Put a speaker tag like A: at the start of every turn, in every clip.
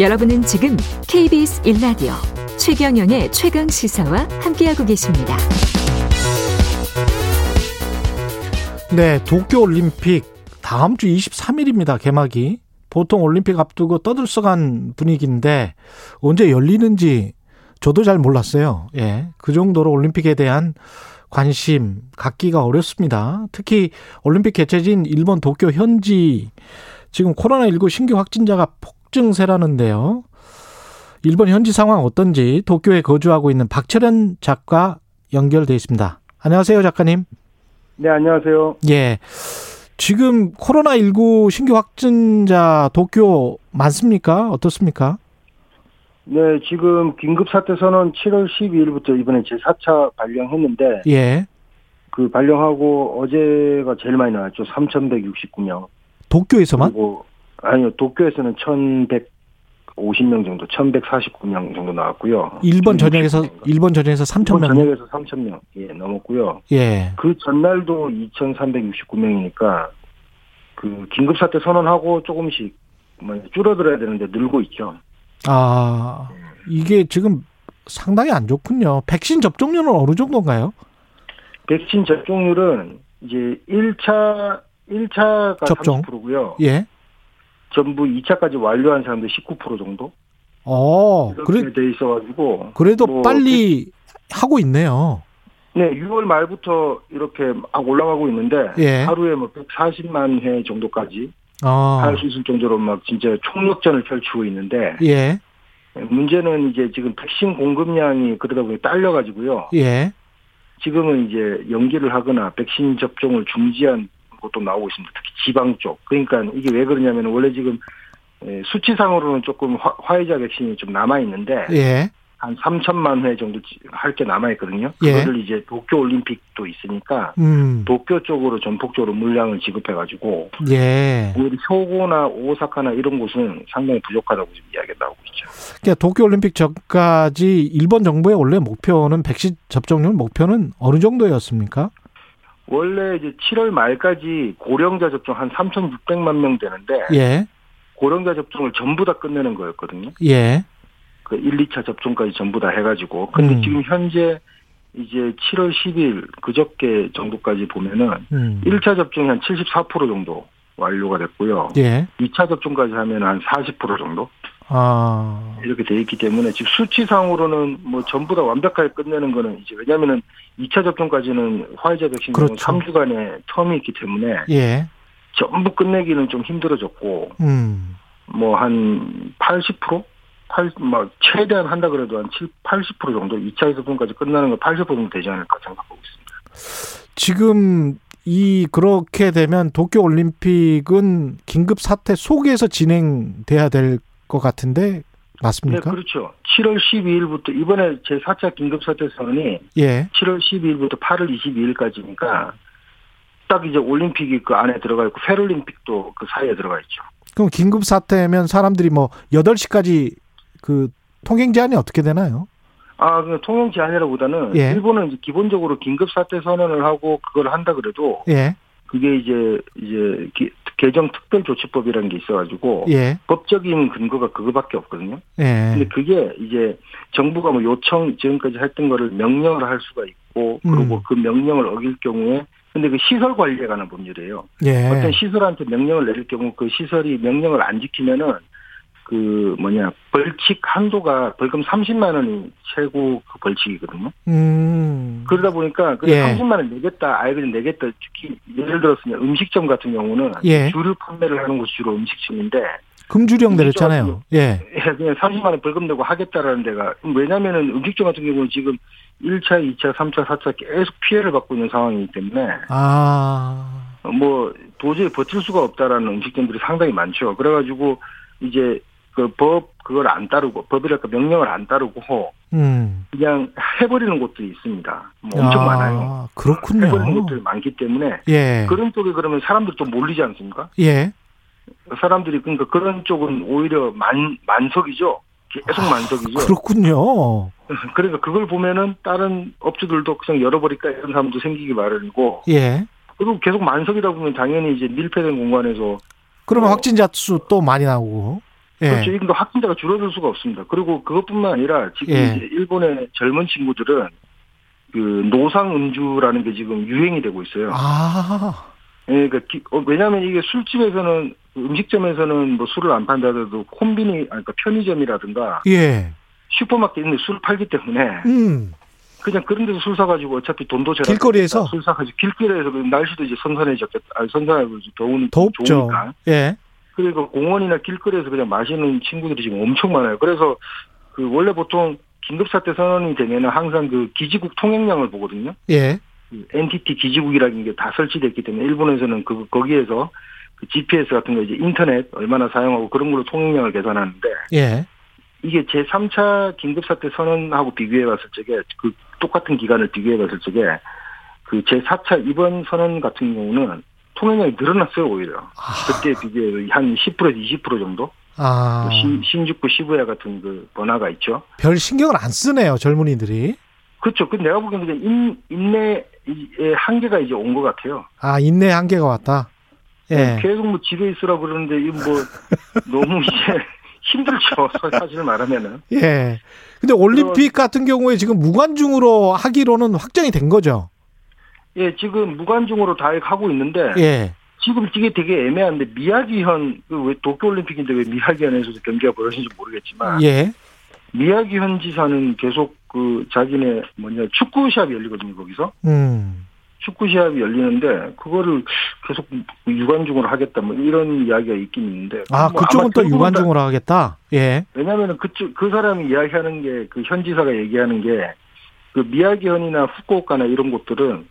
A: 여러분은 지금 KBS 1라디오 최경영의 최강 시사와 함께하고 계십니다.
B: 네, 도쿄 올림픽 다음 주 23일입니다. 개막이. 보통 올림픽 앞두고 떠들썩한 분위기인데 언제 열리는지 저도 잘 몰랐어요. 예. 그 정도로 올림픽에 대한 관심 갖기가 어렵습니다. 특히 올림픽 개최지인 일본 도쿄 현지 지금 코로나19 신규 확진자가 폭증세라는데요. 일본 현지 상황 어떤지 도쿄에 거주하고 있는 박철현 작가 연결돼 있습니다. 안녕하세요, 작가님.
C: 네, 안녕하세요.
B: 예. 지금 코로나19 신규 확진자 도쿄 많습니까? 어떻습니까?
C: 네, 지금 긴급 사태 선언 7월 12일부터 이번에 제 4차 발령했는데
B: 예.
C: 그 발령하고 어제가 제일 많이 나왔죠. 3,169명.
B: 도쿄에서만?
C: 그리고 아니요, 도쿄에서는 1,150명 정도, 1,149명 정도 나왔고요.
B: 일본 전역에서 일본 전역에서 3천
C: 일본
B: 명.
C: 전역에서 3,000명 예, 넘었고요.
B: 예.
C: 그 전날도 2,369명이니까 그 긴급 사태 선언하고 조금씩 뭐 줄어들어야 되는데 늘고 있죠.
B: 아 이게 지금 상당히 안 좋군요. 백신 접종률은 어느 정도인가요?
C: 백신 접종률은 이제 1차 1차가
B: 접종.
C: 30%고요.
B: 예.
C: 전부 2차까지 완료한 사람들 19% 정도
B: 어
C: 이렇게
B: 그래
C: 돼 있어가지고
B: 그래도
C: 뭐
B: 빨리 하고 있네요.
C: 네 6월 말부터 이렇게 막 올라가고 있는데
B: 예.
C: 하루에 뭐 140만 회 정도까지
B: 아
C: 할 수 있을 정도로 막 진짜 총력전을 펼치고 있는데
B: 예.
C: 문제는 이제 지금 백신 공급량이 그러다 보니 딸려가지고요.
B: 예.
C: 지금은 이제 연기를 하거나 백신 접종을 중지한 것도 나오고 있습니다. 특히 지방 쪽. 그러니까 이게 왜 그러냐면 원래 지금 에, 수치상으로는 조금 화- 화이자 백신이 좀 남아 있는데
B: 예.
C: 한 3천만 회 정도 할 게 남아 있거든요.
B: 예.
C: 그거를 이제 도쿄 올림픽도 있으니까
B: 음.
C: 도쿄 쪽으로 전폭적으로 물량을 지급해 가지고
B: 예.
C: 오히려 효고나 오사카나 이런 곳은 상당히 부족하다고 지금 이야기가 나오고 있죠.
B: 그러니까 도쿄 올림픽 전까지 일본 정부의 원래 목표는 백신 접종률 목표는 어느 정도였습니까?
C: 원래 이제 7월 말까지 고령자 접종 한 3,600만 명 되는데
B: 예.
C: 고령자 접종을 전부 다 끝내는 거였거든요.
B: 예.
C: 그 1, 2차 접종까지 전부 다 해가지고. 근데
B: 음.
C: 지금 현재 이제 7월 10일 그저께 정도까지 보면은
B: 음.
C: 1차 접종이 한 74% 정도 완료가 됐고요.
B: 예.
C: 2차 접종까지 하면 한 40% 정도
B: 아.
C: 이렇게 돼 있기 때문에 지금 수치상으로는 뭐 전부 다 완벽하게 끝내는 거는 이제 왜냐면은 2차 접종까지는 화이자 백신
B: 그렇죠.
C: 3주간의 텀이 있기 때문에
B: 예.
C: 전부 끝내기는 좀 힘들어졌고
B: 음.
C: 뭐 한 80%? 80, 뭐 최대한 한다 그래도 한 7, 80% 정도 2차 접종까지 끝나는 거 80% 정도 되지 않을까 생각하고 있습니다.
B: 지금 이 그렇게 되면 도쿄 올림픽은 긴급 사태 속에서 진행돼야 될 것 같은데
C: 네,
B: 맞습니까?
C: 그렇죠. 7월 12일부터 이번에 제 4차 긴급 사태 선언이
B: 예.
C: 7월 12일부터 8월 22일까지니까 딱 이제 올림픽이 그 안에 들어가 있고 패럴림픽도 그 사이에 들어가 있죠.
B: 그럼 긴급 사태면 사람들이 뭐 8시까지 그 통행 제한이 어떻게 되나요?
C: 아, 그 통영 제한이라보다는
B: 예.
C: 일본은 이제 기본적으로 긴급 사태 선언을 하고 그걸 한다 그래도
B: 예.
C: 그게 이제 이제 기- 개정 특별 조치법이라는 게 있어가지고
B: 예.
C: 법적인 근거가 그거밖에 없거든요. 근데
B: 예.
C: 그게 이제 정부가 뭐 요청 지금까지 했던 거를 명령을 할 수가 있고 그리고
B: 음.
C: 그 명령을 어길 경우에 근데 그 시설 관리에 관한 법률이에요. 어떤
B: 예.
C: 시설한테 명령을 내릴 경우 그 시설이 명령을 안 지키면은 그 뭐냐 벌칙 한도가 벌금 30만 원이 최고 그 벌칙이거든요.
B: 음.
C: 그러다 보니까 그냥
B: 예.
C: 30만 원 내겠다, 아예 그냥 내겠다. 특히 예를 들어서 그냥 음식점 같은 경우는
B: 예.
C: 주류 판매를 하는 곳이 주로 음식점인데
B: 금주령
C: 이게
B: 내렸잖아요. 예.
C: 예, 그냥 30만 원 벌금 내고 하겠다라는 데가 왜냐면은 음식점 같은 경우는 지금 1차, 2차, 3차, 4차 계속 피해를 받고 있는 상황이기 때문에
B: 아.
C: 뭐 도저히 버틸 수가 없다라는 음식점들이 상당히 많죠. 그래가지고 이제 그 법 그걸 안 따르고 법이랄까 명령을 안 따르고
B: 음.
C: 그냥 해버리는 곳들이 있습니다. 뭐 엄청
B: 아,
C: 많아요. 해버리는
B: 그렇군요.
C: 곳들이 많기 때문에
B: 예.
C: 그런 쪽에 그러면 사람들 좀 몰리지 않습니까?
B: 예.
C: 사람들이 그러니까 그런 쪽은 오히려 만 만석이죠. 계속
B: 아,
C: 만석이죠.
B: 그렇군요.
C: 그러니까 그걸 보면은 다른 업주들도 그냥 열어버릴까 이런 사람도 생기기 마련이고
B: 예.
C: 그리고 계속 만석이다 보면 당연히 이제 밀폐된 공간에서
B: 그러면
C: 어.
B: 확진자 수 또 많이 나오고. 예.
C: 그렇죠. 지금도 확진자가 줄어들 수가 없습니다. 그리고 그것뿐만 아니라 지금
B: 예.
C: 이제 일본의 젊은 친구들은 그 노상 음주라는 게 지금 유행이 되고 있어요.
B: 아,
C: 예, 그러니까 기- 어, 왜냐하면 이게 술집에서는 음식점에서는 뭐 술을 안 판다더라도 콤비니 아니 그러니까 편의점이라든가
B: 예.
C: 슈퍼마켓 있는 술을 팔기 때문에
B: 음.
C: 그냥 그런 데서 술 사가지고 어차피 돈도 절약
B: 길거리에서?
C: 술 사가지고 길거리에서 그럼 날씨도 이제 선선해졌겠다 아니 선선하고 이제 겨우는
B: 덥죠.
C: 좋으니까
B: 예.
C: 그리고 공원이나 길거리에서 그냥 마시는 친구들이 지금 엄청 많아요 그래서 그 원래 보통 긴급사태 선언이 되면은 항상 그 기지국 통행량을 보거든요
B: 예.
C: 그 NTT 기지국이라는 게 다 설치됐기 때문에 일본에서는 그 거기에서 그 GPS 같은 거 이제 인터넷 얼마나 사용하고 그런 걸로 통행량을 계산하는데
B: 예.
C: 이게 제 3차 긴급사태 선언하고 비교해 봤을 적에 그 똑같은 기간을 비교해 봤을 적에 그 제 4차 이번 선언 같은 경우는 통행량이 늘어났어요 오히려
B: 아.
C: 그때 비교해 한 10%에서 20% 정도
B: 아.
C: 또 신, 신주쿠 시부야 같은 그 번화가 있죠
B: 별 신경을 안 쓰네요, 젊은이들이.
C: 그렇죠 그 내가 보기에는 그냥 인, 인내의 한계가 이제 온 것 같아요
B: 아, 인내 한계가 왔다. 예.
C: 계속 뭐 집에 있으라 그러는데 이거 뭐 너무 이제 힘들죠 사실 말하면은
B: 예. 근데 올림픽 같은 경우에 지금 무관중으로 하기로는 확정이 된 거죠.
C: 예 지금 무관중으로 다이렇게 하고 있는데
B: 예.
C: 지금 이게 되게 애매한데 미야기현 그왜 도쿄올림픽인데 왜 미야기현에서도 경기가 벌어진지 모르겠지만
B: 예.
C: 미야기현 지사는 계속 그 자기네 뭐냐 축구 시합이 열리거든요 거기서
B: 음.
C: 축구 시합이 열리는데 그거를 계속 뭐 유관중으로 하겠다 뭐 이런 이야기가 있긴 있는데
B: 아,
C: 뭐 아마
B: 그쪽은 또
C: 결국은 다-
B: 유관중으로 하겠다. 예.
C: 왜냐면은 그쪽 그 사람이 이야기하는 게 그 현지사가 얘기하는 게 그 미야기현이나 후쿠오카나 이런 곳들은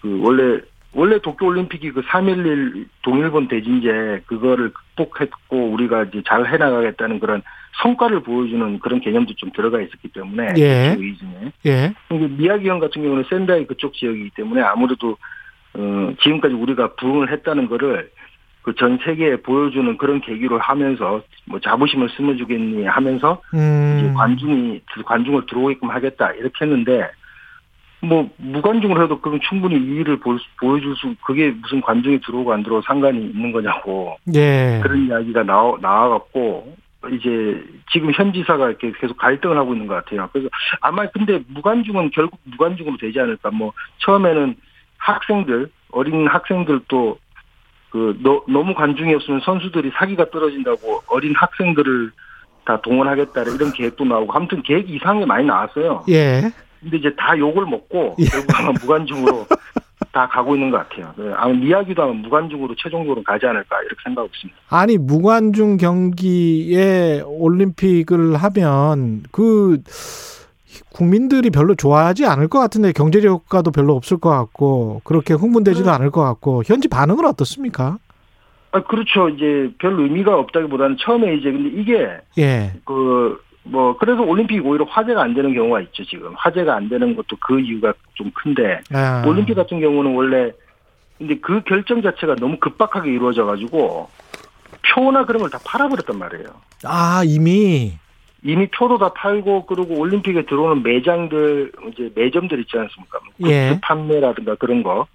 C: 그 원래 원래 도쿄 올림픽이 그 3.11 동일본 대진제 그거를 극복했고 우리가 이제 잘 해나가겠다는 그런 성과를 보여주는 그런 개념도 좀 들어가 있었기 때문에
B: 예.
C: 그 이전에
B: 예.
C: 근데 미야기현 같은 경우는 센다이 그쪽 지역이기 때문에 아무래도 어, 지금까지 우리가 부흥을 했다는 거를 그 전 세계에 보여주는 그런 계기로 하면서 뭐 자부심을 스며주겠니 하면서 이제
B: 음.
C: 관중이 관중을 들어오게끔 하겠다 이렇게 했는데 뭐 무관중으로 해도 그럼 충분히 이의를 볼 수- 보여줄 수 그게 무슨 관중이 들어오고 안 들어오고 상관이 있는 거냐고
B: 예.
C: 그런 이야기가 나와 나와갖고 이제 지금 현지사가 이렇게 계속 갈등을 하고 있는 것 같아요. 그래서 아마 근데 무관중은 결국 무관중으로 되지 않을까. 뭐 처음에는 학생들 어린 학생들도 그 너, 너무 관중이 없으면 선수들이 사기가 떨어진다고 어린 학생들을 다 동원하겠다 이런 계획도 나오고 아무튼 계획 이상이 많이 나왔어요.
B: 예.
C: 근데 이제 다 욕을 먹고
B: 예.
C: 결국 아마 무관중으로 다 가고 있는 것 같아요. 네, 아마 미야기도 아마 무관중으로 최종적으로 가지 않을까 이렇게 생각하고 있습니다.
B: 아니 무관중 경기에 올림픽을 하면 그 국민들이 별로 좋아하지 않을 것 같은데 경제적 효과도 별로 없을 것 같고 그렇게 흥분되지도
C: 네.
B: 않을 것 같고 현지 반응은 어떻습니까?
C: 아, 그렇죠. 이제 별 의미가 없다기보다는 처음에 이제 근데 이게
B: 예,
C: 그 뭐 그래서 올림픽이 오히려 화제가 안 되는 경우가 있죠 지금 화제가 안 되는 것도 그 이유가 좀 큰데
B: 아,
C: 올림픽 같은 경우는 원래 근데 그 결정 자체가 너무 급박하게 이루어져 가지고 표나 그런 걸 다 팔아버렸단 말이에요
B: 아 이미
C: 이미 표도 다 팔고 그리고 올림픽에 들어오는 매장들 이제 매점들 있지 않습니까 굿즈
B: 예.
C: 그 판매라든가 그런 거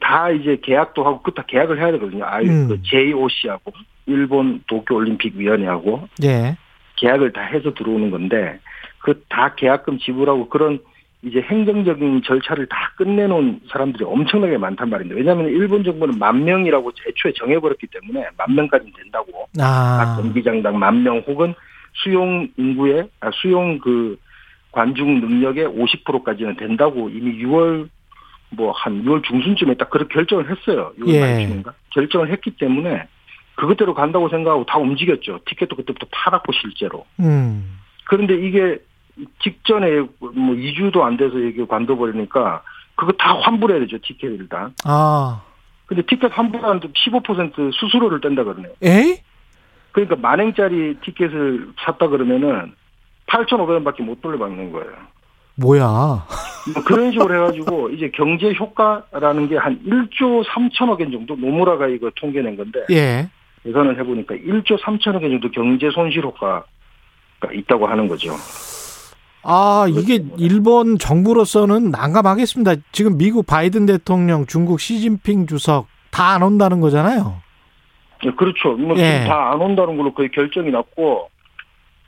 C: 다 이제 계약도 하고 그 다 계약을 해야 되거든요 아유
B: 음.
C: 그 JOC하고 일본 도쿄올림픽위원회하고
B: 예,
C: 계약을 다 해서 들어오는 건데 그 다 계약금 지불하고 그런 이제 행정적인 절차를 다 끝내놓은 사람들이 엄청나게 많단 말인데 왜냐하면 일본 정부는 만 명이라고 애초에 정해버렸기 때문에 만 명까지는 된다고 각
B: 아,
C: 경기장당 만 명 혹은 수용 인구의 아, 수용 그 관중 능력의 50%까지는 된다고 이미 6월 뭐 한 6월 중순쯤에 딱 그렇게 결정을 했어요. 6월
B: 예.
C: 말쯤인가 결정을 했기 때문에 그것대로 간다고 생각하고 다 움직였죠. 티켓도 그때부터 팔았고 실제로.
B: 음,
C: 그런데 이게 직전에 뭐 2주도 안 돼서 이게 관둬버리니까 그거 다 환불해야 되죠 티켓 일단.
B: 아,
C: 근데 티켓 환불하는데 15% 수수료를 뗀다 그러네요.
B: 에?
C: 그러니까 만 엔짜리 티켓을 샀다 그러면은 8,500원밖에 못 돌려받는 거예요.
B: 뭐야?
C: 뭐 그런 식으로 해가지고 이제 경제 효과라는 게 한 1조 3천억 엔 정도 노무라가 이거 통계낸 건데
B: 예,
C: 계산을 해보니까 1조 3천억 엔 정도 경제 손실 효과가 있다고 하는 거죠.
B: 아 이게 일본 정부로서는 난감하겠습니다. 지금 미국 바이든 대통령, 중국 시진핑 주석 다 안 온다는 거잖아요.
C: 예, 그렇죠. 뭐
B: 예.
C: 다 안 온다는 걸로 거의 결정이 났고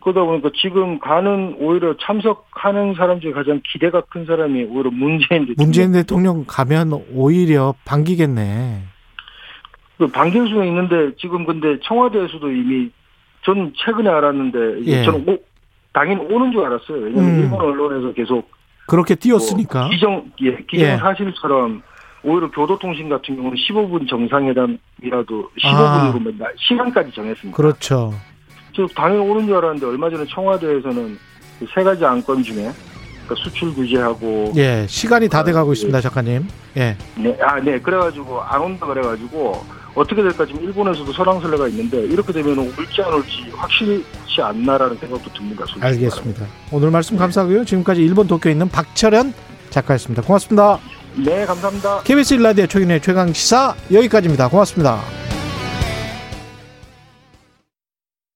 C: 그러다 보니까 지금 가는 오히려 참석하는 사람 중에 가장 기대가 큰 사람이 오히려 문재인 대통령.
B: 문재인 대통령 가면 오히려 반기겠네.
C: 그 반길 수는 있는데 지금 근데 청와대에서도 이미 저는 최근에 알았는데 이제
B: 예.
C: 저는 오, 당연히 오는 줄 알았어요. 왜냐면
B: 음.
C: 일본 언론에서 계속
B: 그렇게
C: 뭐
B: 띄웠으니까.
C: 기정 예, 기정
B: 예.
C: 사실처럼 오히려 교도통신 같은 경우는 15분 정상회담이라도 15분으로
B: 아.
C: 맨날 시간까지 정했습니다.
B: 그렇죠.
C: 저 당연히 오른 줄 알았는데 얼마 전에 청와대에서는 그세 가지 안건 중에 그러니까 수출 규제하고
B: 예, 시간이 다 돼가고 있습니다, 작가님. 예,
C: 네, 아, 네. 그래가지고 안 온다 그래가지고 어떻게 될까 지금 일본에서도 설왕설래가 있는데 이렇게 되면 올지 안 올지 확실치 않나라는 생각도 듭니다. 솔직히
B: 알겠습니다. 오늘 말씀 감사하고요. 지금까지 일본 도쿄에 있는 박철현 작가였습니다. 고맙습니다.
C: 말하면. 네, 감사합니다.
B: KBS 일라디오 최근의 최강 시사 여기까지입니다. 고맙습니다.